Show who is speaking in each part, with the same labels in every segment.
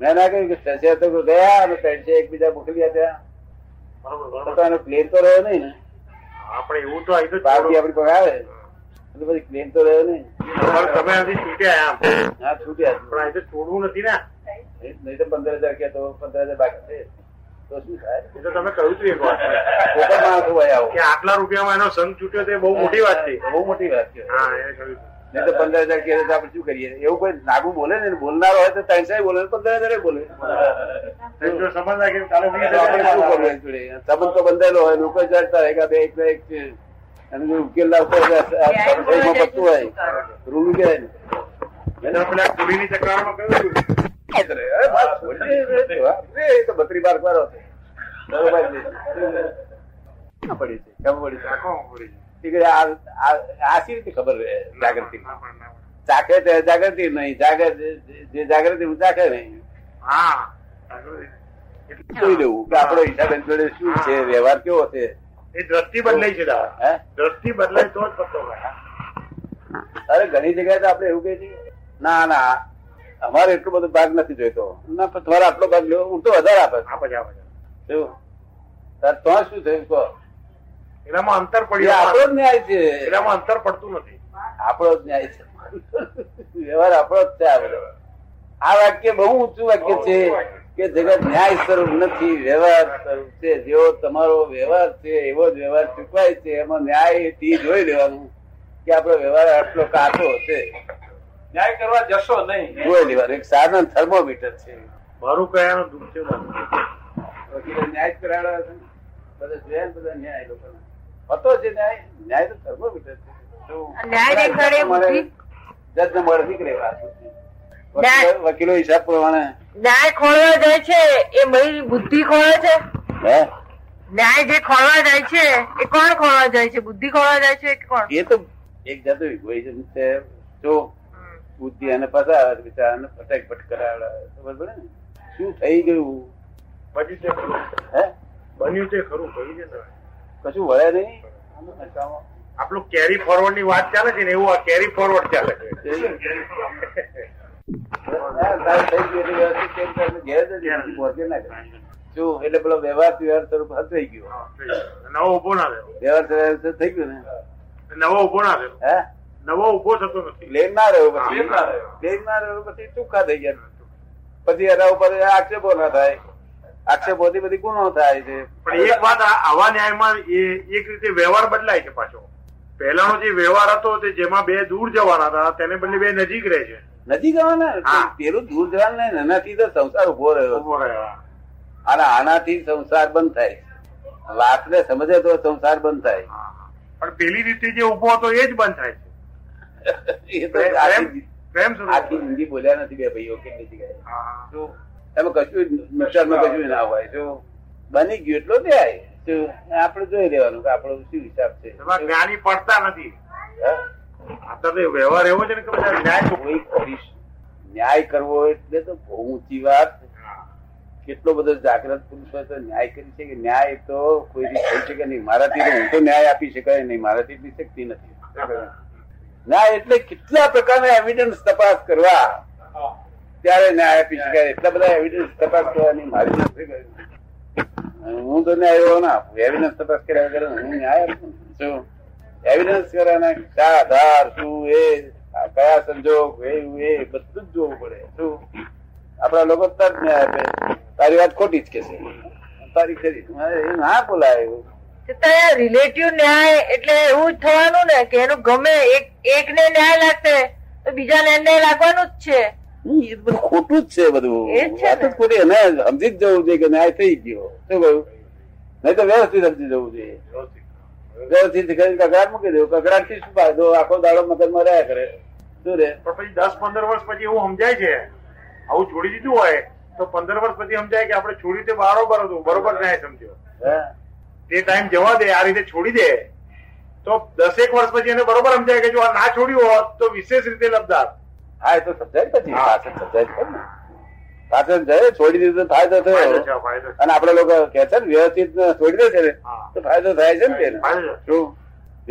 Speaker 1: મેં ના કહ્યું કે સંશય તો ગયા અને સંશય એકબીજા મોકલી હતા
Speaker 2: બરોબર બરોબર
Speaker 1: પોતાનો ક્લેમ તો રહ્યો નહીં ને
Speaker 2: આપણે એવું તો આયુ જ
Speaker 1: ભાવથી
Speaker 2: થોડું.
Speaker 1: આપણી પગ આવે એટલે પછી ક્લેમ તો રહ્યો નહીં
Speaker 2: તમારે તમે હજી છૂટ્યા આમ. પણ
Speaker 1: હા છૂટ્યા
Speaker 2: આ તો છોડવું નથી ને
Speaker 1: નહીં તો પંદર હજાર કહેતો પંદર હજાર બાકી છે તો શું થાય
Speaker 2: એ તો તમે કહ્યું હતું એક વાર
Speaker 1: ખોટો માણસ હોય આવો
Speaker 2: કે આટલા રૂપિયામાં એનો સંઘ છૂટ્યો તે બહુ મોટી વાત છે
Speaker 1: બહુ મોટી વાત છે
Speaker 2: હા એ કહ્યું હતું.
Speaker 1: નહીં તો પંદર હજાર કહે તો આપણે શું કરીએ એવું કોઈ લાગુ બોલે ને બોલનારો હોય તો ત્રણ સાહેબ બોલે ને પંદર હજાર બોલે
Speaker 2: તો જો સંબંધ રાખીને ચાલે
Speaker 1: તો
Speaker 2: નહીં તો
Speaker 1: આપણે
Speaker 2: આપણે
Speaker 1: શું
Speaker 2: શું
Speaker 1: કરવું
Speaker 2: કરીએ?
Speaker 1: એની જોડે? સંબંધ તો બંધાયેલો હોય લોકો જાણતા હોય કે આ બે એકના એક છે અને જો ઉકેલ લાવતો હોય તો આ સંશયમાં પડતું હોય રૂલ ઉકેલાય નહીં.
Speaker 2: મેં તો પેલા કુડીની ચકરારમાં કહ્યું હતું.
Speaker 1: અરે બસ, બોલી રે, બાપરે, એ તો બત્રી બાર કરો છે. બરોબર છે. ના પડી છે, કેમ પડી છે?
Speaker 2: રાખો કુડી.
Speaker 1: ઠીક છે, આ- આ- આ શી રીતે ખબર રહે જાગૃતિ
Speaker 2: ના પણ, ના પણ.
Speaker 1: ચાખે તે જાગૃતિ નહીં જાગે જે- જે જાગૃતિ હું ચાખે નહીં
Speaker 2: હા જાગૃતિ. એટલે
Speaker 1: જોઈ લેવું કે આપણો હિસાબેન જોડે શું છે વ્યવહાર કેવો છે
Speaker 2: એ દ્રષ્ટિ બદલાઈ છે દાદા
Speaker 1: હે
Speaker 2: દ્રષ્ટિ બદલાય તો જ પત્તો ભાઈ
Speaker 1: અરે ઘણી જગ્યાએ તો આપણે એવું કહીએ છીએ ના ના અમારે એટલો બધો ભાગ નથી જોઈતો ના પણ તમારે આટલો ભાગ લેવો હું તો વધારે આપે
Speaker 2: આ પછી આ પછી
Speaker 1: એવું તાર તો શું થયું કહો
Speaker 2: એનામાં અંતર
Speaker 1: એ
Speaker 2: પડ્યું
Speaker 1: આપણો જ ન્યાય છે
Speaker 2: એનામાં અંતર પડતું નથી
Speaker 1: આપણો જ ન્યાય છે વ્યવહાર આપણો જ છે આ બધો. આ વાક્ય બહુ ઊંચું વાક્ય છે કે જગત ન્યાય સ્વરૂપ નથી વ્યવહાર સ્વરૂપ છે જેવો તમારો વ્યવહાર છે એવો જ વ્યવહાર ચૂકવાય છે એમાં ન્યાય થી જોઈ લેવાનું કે આપણો વ્યવહાર આટલો કાચો છે
Speaker 3: ન્યાય કરવા જશો નહીં
Speaker 1: જોઈ લેવાનું એક સાધન થર્મોમીટર છે
Speaker 2: મારું કયાનું દુઃખ છે બાપુ.
Speaker 1: વકીલે ન્યાય જ કરાવ્યો હશે ને? બધા જોયા ને બધા ન્યાય લોકોને. હતો જે ન્યાય ન્યાય તો થર્મોમીટર છે જો
Speaker 4: ન્યાય ને
Speaker 1: તમારે
Speaker 4: ઘરે ઊભી-
Speaker 1: જજને મળતી જ રહેવા. વકીલો-
Speaker 4: ન્યાય-
Speaker 1: વકીલો હિસાબ પ્રમાણે
Speaker 4: ન્યાય ખોળવા જાય છે એ મારી બુદ્ધિ ખોળે છે
Speaker 1: હે
Speaker 4: ન્યાય જે ખોળવા જાય છે એ કોણ ખોળવા જાય છે બુદ્ધિ ખોળવા જાય છે કે કોણ
Speaker 1: એ તો એક જાતનું egoism છે જો બુદ્ધિ અને ફસાવે તો બિચારાને ફટાક ફટ કરાવડાવે. ખબર પડે ને શું થઈ ગયું
Speaker 2: બન્યું છે ખરું
Speaker 1: હે
Speaker 2: બન્યું છે ખરું કહ્યું છે તમે.
Speaker 1: કશું વળે નહીં આનું ખર્ચામાં.
Speaker 2: આપણું કેરી ફોરવર્ડ ની વાત ચાલે છે ને એવું આ કેરી ફોરવર્ડ ચાલે છે
Speaker 1: શું?
Speaker 2: કેરી forward.
Speaker 1: હા, તારે થઈ ગયું એટલે વ્યવસ્થિત કેમ કરે? ઘેર જ
Speaker 2: ઘેર જ.
Speaker 1: પહોંચે ના કરે. શું એટલે પેલો વ્યવહાર વ્યવહાર સ્વરૂપ હસાઈ ગયો
Speaker 2: હા, થઈ ગયું. નવો ઉભો ના થયો
Speaker 1: વ્યવહાર સ્વરૂપ થઈ ગયું ને
Speaker 2: નવો ઉભો ના થયો
Speaker 1: હે
Speaker 2: નવો ઉભો થતો નથી
Speaker 1: પ્લેન ના રહ્યો
Speaker 2: હા,
Speaker 1: પછી
Speaker 2: પ્લેન ના રહ્યો.
Speaker 1: પ્લેન ના રહ્યો પછી ટૂંકા થઈ ગયા પછી એના ઉપર આક્ષેપો ના થાય આક્ષેપો થી બધી ગુનો થાય છે
Speaker 2: પણ એક વાત આ- આવા ન્યાયમાં એ- એક રીતે વ્યવહાર બદલાય છે પાછો પહેલાનો જે વ્યવહાર હતો તે જેમાં બે દૂર જવાના હતા તેને બદલે બે નજીક રહે છે
Speaker 1: નથી ગવાના
Speaker 2: હા.
Speaker 1: પેલું દૂર જવાનું નહીં એનાથી તો સંસાર ઉભો રહ્યો
Speaker 2: ઉભો રહ્યા
Speaker 1: અને આનાથી સંસાર બંધ થાય છે વાતને સમજે તો સંસાર બંધ થાય
Speaker 2: હા. પણ પેલી રીતે જે ઉભો હતો એ જ બંધ થાય છે
Speaker 1: એ તો
Speaker 2: પ્રેમ-
Speaker 1: આખી
Speaker 2: પ્રેમ- પ્રેમ સ્વરૂપ.
Speaker 1: આખી જિંદગી બોલ્યા નથી બે ભાઈઓ કેટલી જગ્યાએ
Speaker 2: હા.
Speaker 1: જો એમાં કશું જ નુકસાનમાં કશું ના હોય જો બની ગયું એટલો જાય જો આપણે જોઈ લેવાનું કે આપણો શું હિસાબ છે
Speaker 2: એમાં જ્ઞાની પડતા નથી
Speaker 1: હા?
Speaker 2: આ તો તે વ્યવહાર એવો છે ને કે બધા ન્યાય છોકરો.
Speaker 1: કોઈ કરીશ ન્યાય કરવો એટલે તો બહુ ઊંચી વાત
Speaker 2: હા.
Speaker 1: કેટલો બધો જાગ્રત પુરુષ હોય તો ન્યાય કરી શકે ન્યાય તો કોઈ રીતે થઈ શકે નહીં મારાથી તો હું તો ન્યાય આપી શકાય નહીં મારાથી એટલી શક્તિ નથી ન્યાય એટલે કેટલા પ્રકારના એવિડન્સ તપાસ કરવા ત્યારે ન્યાય આપી શકાય એટલા બધા એવિડન્સ તપાસ કરવાની મારી પાસે કોઈ. હું તો ન્યાય એવો ના આપું એવિડન્સ તપાસ કર્યા વગર હું ન્યાય આપું શું એવિડન્સ કરવાના કયા આધાર શું એ આ કયા સંજોગ એ એ બધું જ જોવું પડે શું આપણા લોકો તરત ન્યાય આપે તારી વાત ખોટી જ કે છે તારી ખરી મારે એ ના બોલાય એવું
Speaker 4: છતાં રિલેટિવ ન્યાય એટલે એવું જ થવાનું ને કે એનું ગમે એક એકને ન્યાય લાગશે તો બીજાને ન્યાય લાગવાનું જ છે
Speaker 1: હમ, એ બધું ખોટું જ છે બધું
Speaker 4: એ જ છે
Speaker 1: વાત જ
Speaker 4: ને.
Speaker 1: ખોટી એને સમજી જ જવું જોઈએ કે ન્યાય થઈ ગયો શું કહ્યું નહીં તો વ્યવસ્થિત સમજી જવું જોઈએ વ્યવસ્થિત કરીને કકડાટ મૂકી દેવું કકડાટ થી શું ફાયદો આખો દાડો મગજમાં રહ્યા કરે શું રે
Speaker 2: પણ પછી દસ પંદર વર્ષ પછી એવું સમજાય છે આવું છોડી દીધું હોય તો પંદર વર્ષ પછી સમજાય કે આપણે છોડી તે બરોબર હતું બરોબર ન્યાય સમજ્યો
Speaker 1: હા?
Speaker 2: તે ટાઈમ જવા દે આ રીતે છોડી દે તો દસેક વર્ષ પછી એને બરોબર સમજાય કે જો આ ના છોડ્યું હોત તો વિશેષ રીતે લબદાર
Speaker 1: હા એ તો સમજાય ને પછી
Speaker 2: હા.
Speaker 1: પાછળ સમજાય જ ખરું ને. પાછળ જાય છોડી દીધું તો ફાયદો
Speaker 2: ફાયદો છે
Speaker 1: થયો
Speaker 2: આ ફાયદો છે.
Speaker 1: અને આપડે લોકો કે છે ને વ્યવસ્થિત છોડી દે છે ને
Speaker 2: હા.
Speaker 1: તો ફાયદો થાય છે ને તેને
Speaker 2: ફાયદો છે.
Speaker 1: શું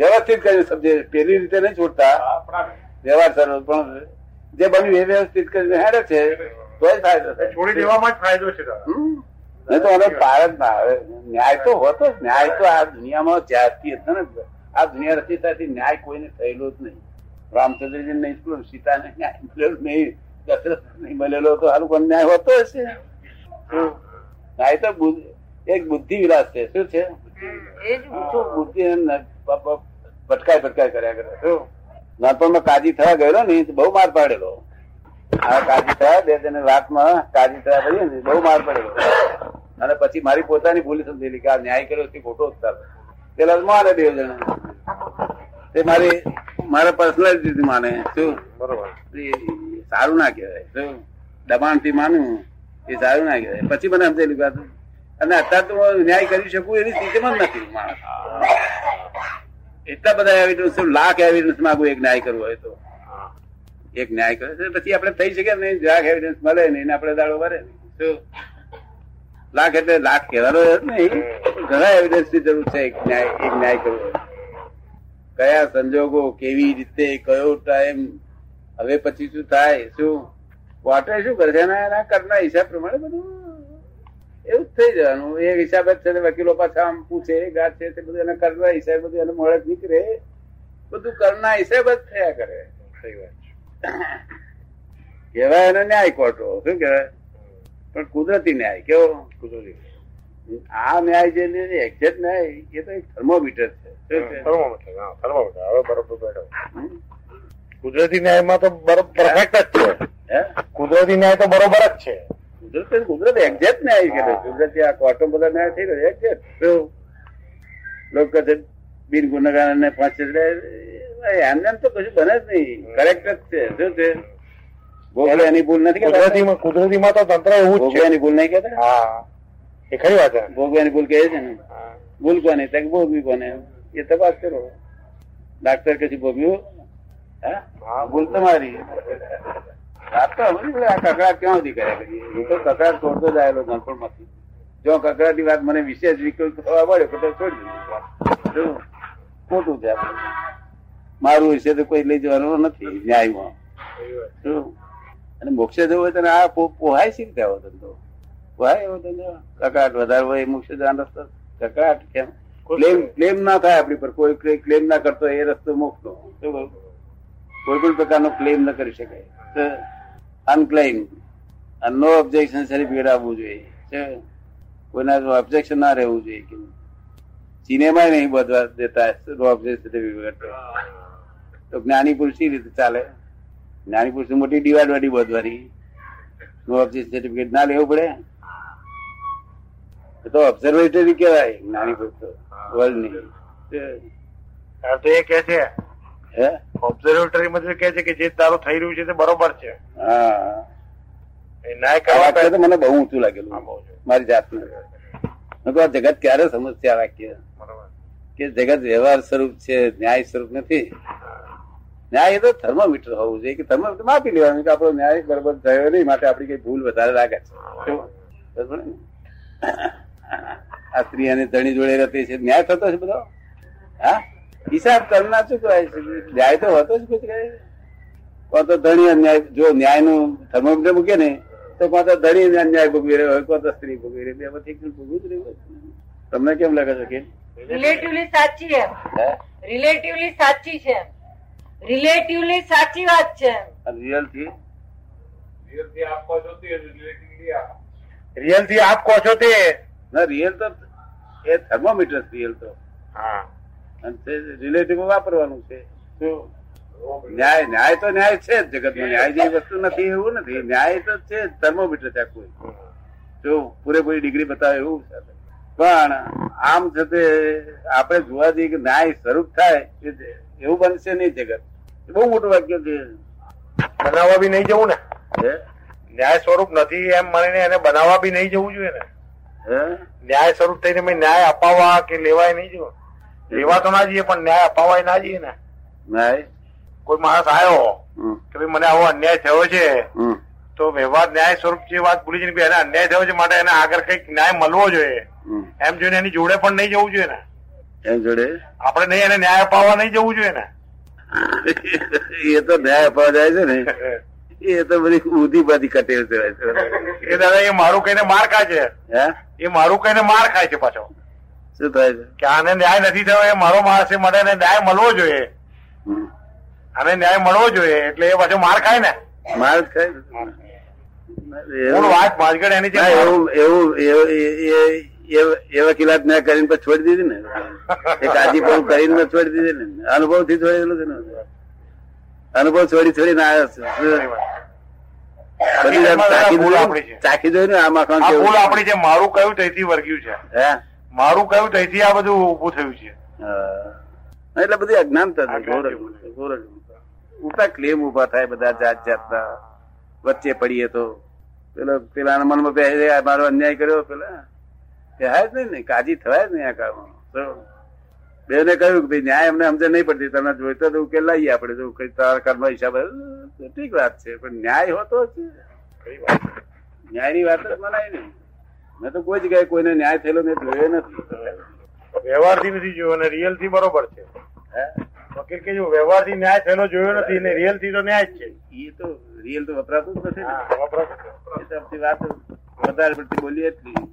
Speaker 1: વ્યવસ્થિત કર્યું સમજે પેલી રીતે નહીં છોડતા
Speaker 3: આપણા
Speaker 1: વ્યવહાર સારો પણ જે બન્યું એ વ્યવસ્થિત કરીને હેડે છે તોય ફાયદો થાય.
Speaker 2: છોડી દેવામાં જ ફાયદો છે તારા
Speaker 1: હમ? નહીં તો હવે પાર જ ના આવે ન્યાય તો હોતો જ ન્યાય તો આ દુનિયામાં જ્યારથી હતો ને આ દુનિયા રચી ત્યારથી ન્યાય કોઈને થયેલો જ નહીં રામચંદ્રજી નહીં પેલો સીતાને ન્યાય મળેલો નહીં દશરથ નહીં મળેલો તો હારું પણ ન્યાય હોતો હશે હમ. ન્યાય તો બુદ્ધ- એક બુદ્ધિ વિલાસ છે શું છે
Speaker 4: એ જ
Speaker 1: શું બુદ્ધિ અને ન- પ- પ- ભટકાય ભટકાય કર્યા કરે શું નાનપણમાં કાજી થવા ગયેલો ને તો બહુ માર પાડેલો આ કાજી થયા બે જણ રાતમાં કાજી થયા પછી ને બહુ માર પડેલો અને પછી મારી પોતાની ભૂલ સમજેલી કે આ ન્યાય કર્યો તે ખોટો ઉત્તર પેલા તો મારે બે જણા તે મારી મારા પર્સનલ માને શું
Speaker 2: બરોબર
Speaker 1: એ સારું ના કહેવાય શું દબાણથી માનવું એ સારું ના કહેવાય પછી મને સમજેલું કે આ તો- અને અત્યારે તો હું ન્યાય કરી શકું એવી સ્થિતિમાં જ નથી માણસ એટલા બધા એવિડન્સ લાખ એવિડન્સ માંગુ એક ન્યાય કરવો હોય તો
Speaker 2: હા.
Speaker 1: એક ન્યાય કરે છે પછી આપણે થઈ શકે નહીં લાખ એવિડન્સ મળે નહીં ને આપણે દાડો ભરે નહીં. શું લાખ એટલે લાખ કહેવાનો અર્થ નહીં પણ ઘણા એવિડન્સ ની જરૂર છે એક ન્યાય એક ન્યાય કરવો હોય. કયા સંજોગો કેવી રીતે કયો ટાઈમ હવે પછી શું થાય શું વોટર શું કરે છે એના એના કરના હિસાબ પ્રમાણે બધું એવું જ થઈ જવાનું એ હિસાબે જ છે ને વકીલો પાછા આમ પૂછે ગાત છે તે બધું એના કરના હિસાબે બધું એને મળે જ નીકળે બધું કરના હિસાબે જ થયા કરે
Speaker 2: સહી વાત છે.
Speaker 1: કહેવાય એને ન્યાય કોર્ટો શું કહેવાય પણ કુદરતી ન્યાય કેવો
Speaker 2: કુદરતી.
Speaker 1: આ ન્યાય જે છે એક્ઝેક્ટ ન્યાય એ તો એક થર્મોમીટર છે શું છે?
Speaker 2: થર્મોમીટર, હા, થર્મોમીટર. હવે બરોબર બેઠો.
Speaker 1: હમ?
Speaker 2: કુદરતી ન્યાયમાં તો બરોબર perfect જ છે
Speaker 1: હે?
Speaker 2: કુદરતી ન્યાય તો બરોબર જ છે
Speaker 1: કુદરત કુદરત એક્ઝેક્ટ ન્યાય કે છે. કુદરતી આ કોર્ટો બધા ન્યાય થઈ ગયો એક્ઝેક્ટ શું લોકો કહે છે, બિન ગુનેગાર ને પાંચ એટલે એમને એમ તો કશું બને જ નહીં કરેક્ટ જ છે શું છે ભોગવે એની ભૂલ નથી કહેતા?
Speaker 2: કુદરતીમાં કુદરતીમાં તો તંત્ર એવું જ
Speaker 1: ભોગવે
Speaker 2: છે
Speaker 1: એની ભૂલ નહીં કેતા
Speaker 2: હા એ ખરી વાત છે
Speaker 1: ભોગવે એની ભૂલ કહે છે ને
Speaker 2: હા.
Speaker 1: ભૂલ કોને તક ભોગવી કોને એ તપાસ કરો ડાક્ટર કશું ભોગવ્યું હે?
Speaker 2: હા,
Speaker 1: ભૂલ તમારી વાત તો અમારી જોડે આ કકડાટ ક્યાં સુધી કર્યા કરીએ? હું તો કકડાટ છોડતો જ આયેલો નાનપણમાંથી. જો કકડાટ ની વાત મને વિશેષ વિકલ્પ થવા મળ્યો તો તે છોડી દીધી. જો, ખોટું છે આ બધું. મારું વિશે તો કોઈ લઈ જવાનું નથી ન્યાયમાં જો, અને મોક્ષે જવું હોય તો આ પો- પોહાય શી રીતે આવો ધંધો પોહાય એવો ધંધો કકડાટ વધારે હોય એ મોક્ષે જવાનો રસ્તો કકડાટ કેમ ક્લેમ ક્લેમ ના થાય આપણી પર કોઈ ક્લેમ ના કરતો હોય એ રસ્તો મોક્ષનો શું કહું? કોઈ પણ પ્રકારનો ક્લેમ ન કરી શકાય અનક્લેમ નો ઓબ્જેક્શન સર્ટિફિકેટ આપવું જોઈએ શું? કોઈના ઓબ્જેક્શન ના રહેવું જોઈએ કે સિનેમા નહીં બધવા દેતા નો ઓબ્જેક્શન સર્ટિફિકેટ તો જ્ઞાની પુરુષ કઈ રીતે ચાલે જ્ઞાની પુરુષ મોટી ડિવાઇડ વાળી બધવાની નો ઓબ્જેક્શન સર્ટિફિકેટ ના લેવું પડે એ તો ઓબ્ઝર્વેટરી કહેવાય જ્ઞાની પુરુષ તો વર્લ્ડની
Speaker 2: હા, તો એ કે છે
Speaker 1: હે
Speaker 2: ઓબ્ઝર્વેટરી માં કે છે કે જે તારું થઈ રહ્યું છે તે બરોબર છે
Speaker 1: હા
Speaker 2: એ ન્યાય
Speaker 1: આ
Speaker 2: કરવા
Speaker 1: વાક્ય તો
Speaker 2: પહેલા-
Speaker 1: મને બહુ ઊંચું
Speaker 2: હા,
Speaker 1: લાગેલું
Speaker 2: બહુ છે.
Speaker 1: મારી જાતને મેં કહ્યું, આ જગત ક્યારે સમજશે આ વાક્ય
Speaker 2: બરોબર.
Speaker 1: કે જગત વ્યવહાર સ્વરૂપ છે ન્યાય સ્વરૂપ નથી ન્યાય એ તો થર્મોમીટર હોવું જોઈએ કે thermometer માં આપી લેવાનું કે આપણો ન્યાય બરોબર થયો નહીં માટે આપણી કઈ ભૂલ વધારે લાગે છે બરોબર ને? આ સ્ત્રી અને ધણી જોડે રહેતી છે ન્યાય થતો છે બધો હા હિસાબ કરના શું કહેવાય છે ન્યાય તો હોતો જ કોઈ કઈ કોણ તો ધણી અન્યાય જો ન્યાયનું થર્મોમીટર મૂકે ને તો કોણ તો ધણી અન્યાય ભોગવી રહ્યો હોય કોણ તો સ્ત્રી ભોગવી રહી બે માંથી એકનું ભોગવું જ રહ્યું હોય. તમને કેમ લાગે છે કે
Speaker 4: રિલેટિવલી સાચી એમ
Speaker 1: હે
Speaker 4: રિલેટિવલી સાચી છે એમ રિલેટિવલી સાચી વાત છે એમ
Speaker 1: રિયલ થી
Speaker 3: ધીરેથી આપવા જોતી હોય તો ધીરેથી આપો.
Speaker 2: Real થી આપ કહો છો તે
Speaker 1: ના રિયલ તો એ થર્મોમીટર રિયલ તો
Speaker 2: હા
Speaker 1: અને તે રિલેટિવ વાપરવાનું છે શું? ન્યાય ન્યાય તો ન્યાય છે જ જગતમાં ન્યાય જેવી વસ્તુ નથી એવું નથી ન્યાય તો છે જ thermometer છે આખું. જો પૂરેપૂરી ડિગ્રી બતાવે એવું છે. પણ આમ છતે આપણે જોવા જઈએ કે ન્યાય સ્વરૂપ થાય એ જ- એવું બનશે નહીં જગત એ બહુ મોટું વાક્ય છે
Speaker 2: બનાવવા બી નહીં જવું ને
Speaker 1: હે?
Speaker 2: ન્યાય સ્વરૂપ નથી એમ માનીને એને બનાવવા બી નહીં જવું જોઈએ ને
Speaker 1: હે?
Speaker 2: ન્યાય સ્વરૂપ થઈને મેં ન્યાય અપાવવા કે લેવાય નહીં જવું લેવા તો ના જઈએ પણ ન્યાય અપાવાય ના જઈએ ને
Speaker 1: ન્યાય
Speaker 2: કોઈ માણસ આવ્યો
Speaker 1: હમ,
Speaker 2: કે ભાઈ મને આવો અન્યાય થયો છે
Speaker 1: હમ.
Speaker 2: તો વ્યવહાર ન્યાય સ્વરૂપ જે વાત ભૂલી જઈને ભઈ એને અન્યાય થયો છે માટે એને આગળ કઈક ન્યાય મળવો જોઈએ
Speaker 1: હમ.
Speaker 2: એમ જોઈને એની જોડે પણ નહીં જવું જોઈએ ને
Speaker 1: એમ જોડે
Speaker 2: આપણે નહીં એને ન્યાય અપાવવા નહીં જવું જોઈએ ને
Speaker 1: એ તો ન્યાય અપાવા જાય છે ને એ તો બધી ઊંધી બધી કટેલ છે
Speaker 2: એ દાદા એ મારું કહીને માર ખાય છે
Speaker 1: હે
Speaker 2: એ મારું કહીને માર ખાય છે પાછો
Speaker 1: શું થાય છે
Speaker 2: કે આને ન્યાય નથી થયો એ મારો માણસ છે મને એને ન્યાય મળવો જોઈએ
Speaker 1: હમ.
Speaker 2: આને ન્યાય મળવો જોઈએ એટલે એ પાછો માર ખાય ને
Speaker 1: માર ખાય છે.
Speaker 2: મૂળ
Speaker 1: એવું-
Speaker 2: વાત માજગડ એની
Speaker 1: ના,
Speaker 2: છે
Speaker 1: એવું એવું એવું- એ- એ- એ- એ વકીલાત મેં કરીને પછી છોડી દીધી ને એ કાજીપણું કરીને મેં છોડી દીધી ને અનુભવ થી છોડી દીધું છે ને અનુભવ છોડી છોડીને આવ્યો છું.
Speaker 2: સારી
Speaker 1: શું?
Speaker 2: વાત.
Speaker 1: બધી
Speaker 2: હકીકતમાં
Speaker 1: જાત
Speaker 2: દાદા
Speaker 1: ચાખી
Speaker 2: ભૂલ
Speaker 1: જોઈ
Speaker 2: આપણી
Speaker 1: ને?
Speaker 2: છે.
Speaker 1: ચાખી જોઈ ને આમાં કામ
Speaker 2: આ
Speaker 1: કેવું
Speaker 2: ભૂલ
Speaker 1: છે?
Speaker 2: આપણી છે મારું કયું તહીંથી વર્ગ્યું છે
Speaker 1: હે
Speaker 2: મારું કયું તહીંથી આ બધું ઊભું થયું છે
Speaker 1: હા. એટલે બધી અજ્ઞાનતા છે.
Speaker 2: અજ્ઞાનતા.
Speaker 1: ઘોર અજ્ઞાનતા, ઘોર અજ્ઞાનતા. ઉતા ક્લેમ ઉભા થાય બધા જાત જાતના વચ્ચે પડીએ તો પેલો પેલાના મનમાં બે હે, આ મારો અન્યાય કર્યો પેલા કહેવાય જ નહીં ને કાજી થવાય જ નહીં આ કામમાં તો બેને કહ્યું કે ભાઈ ન્યાય અમને સમજણ નહીં પડતી તમને જોઈતો તો ઉકેલ લાવીએ આપણે જો કઈ તારા કર્મ હિસાબ ઠીક વાત છે પણ ન્યાય હોતો છે ન્યાયની વાત જ મનાય નહીં મેં તો કોઈ જગ્યાએ કોઈને ન્યાય થયેલો મેં જોયો નથી
Speaker 2: વ્યવહારથી નથી જોયો અને રિયલ થી બરોબર છે
Speaker 1: હે?
Speaker 2: વકીલ કે જો વ્યવહારથી ન્યાય થયેલો જોયો નથી ને રિયલ થી તો ન્યાય જ છે
Speaker 1: એ તો રિયલ તો વપરાતું જ નથી ને.
Speaker 2: હા, વપરાશ.
Speaker 1: એ તો આપણી વાત વધારે પડતી બોલીએ એટલી